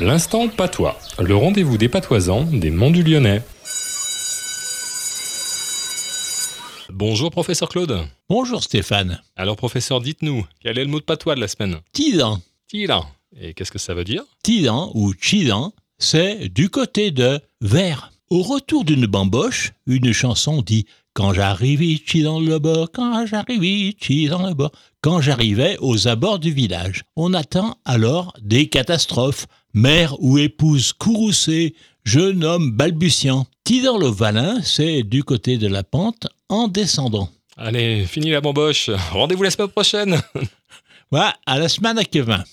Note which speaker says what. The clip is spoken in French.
Speaker 1: L'instant patois, le rendez-vous des patoisans des Monts du Lyonnais. Bonjour professeur Claude.
Speaker 2: Bonjour Stéphane.
Speaker 1: Alors professeur, dites-nous, quel est le mot de patois de la semaine
Speaker 2: Tidan.
Speaker 1: Tilan. Et qu'est-ce que ça veut dire
Speaker 2: Tidan ou Chidan, c'est du côté de vers. Au retour d'une bamboche, une chanson dit Quand j'arrive ici dans le bas, quand j'arrive ici dans le bas, quand j'arrivais aux abords du village. On attend alors des catastrophes. Mère ou épouse courroucée, jeune homme balbutiant. Tidan le Valin, c'est du côté de la pente en descendant.
Speaker 1: Allez, fini la bamboche. Rendez-vous la semaine prochaine.
Speaker 2: Voilà, à la semaine à Kevin.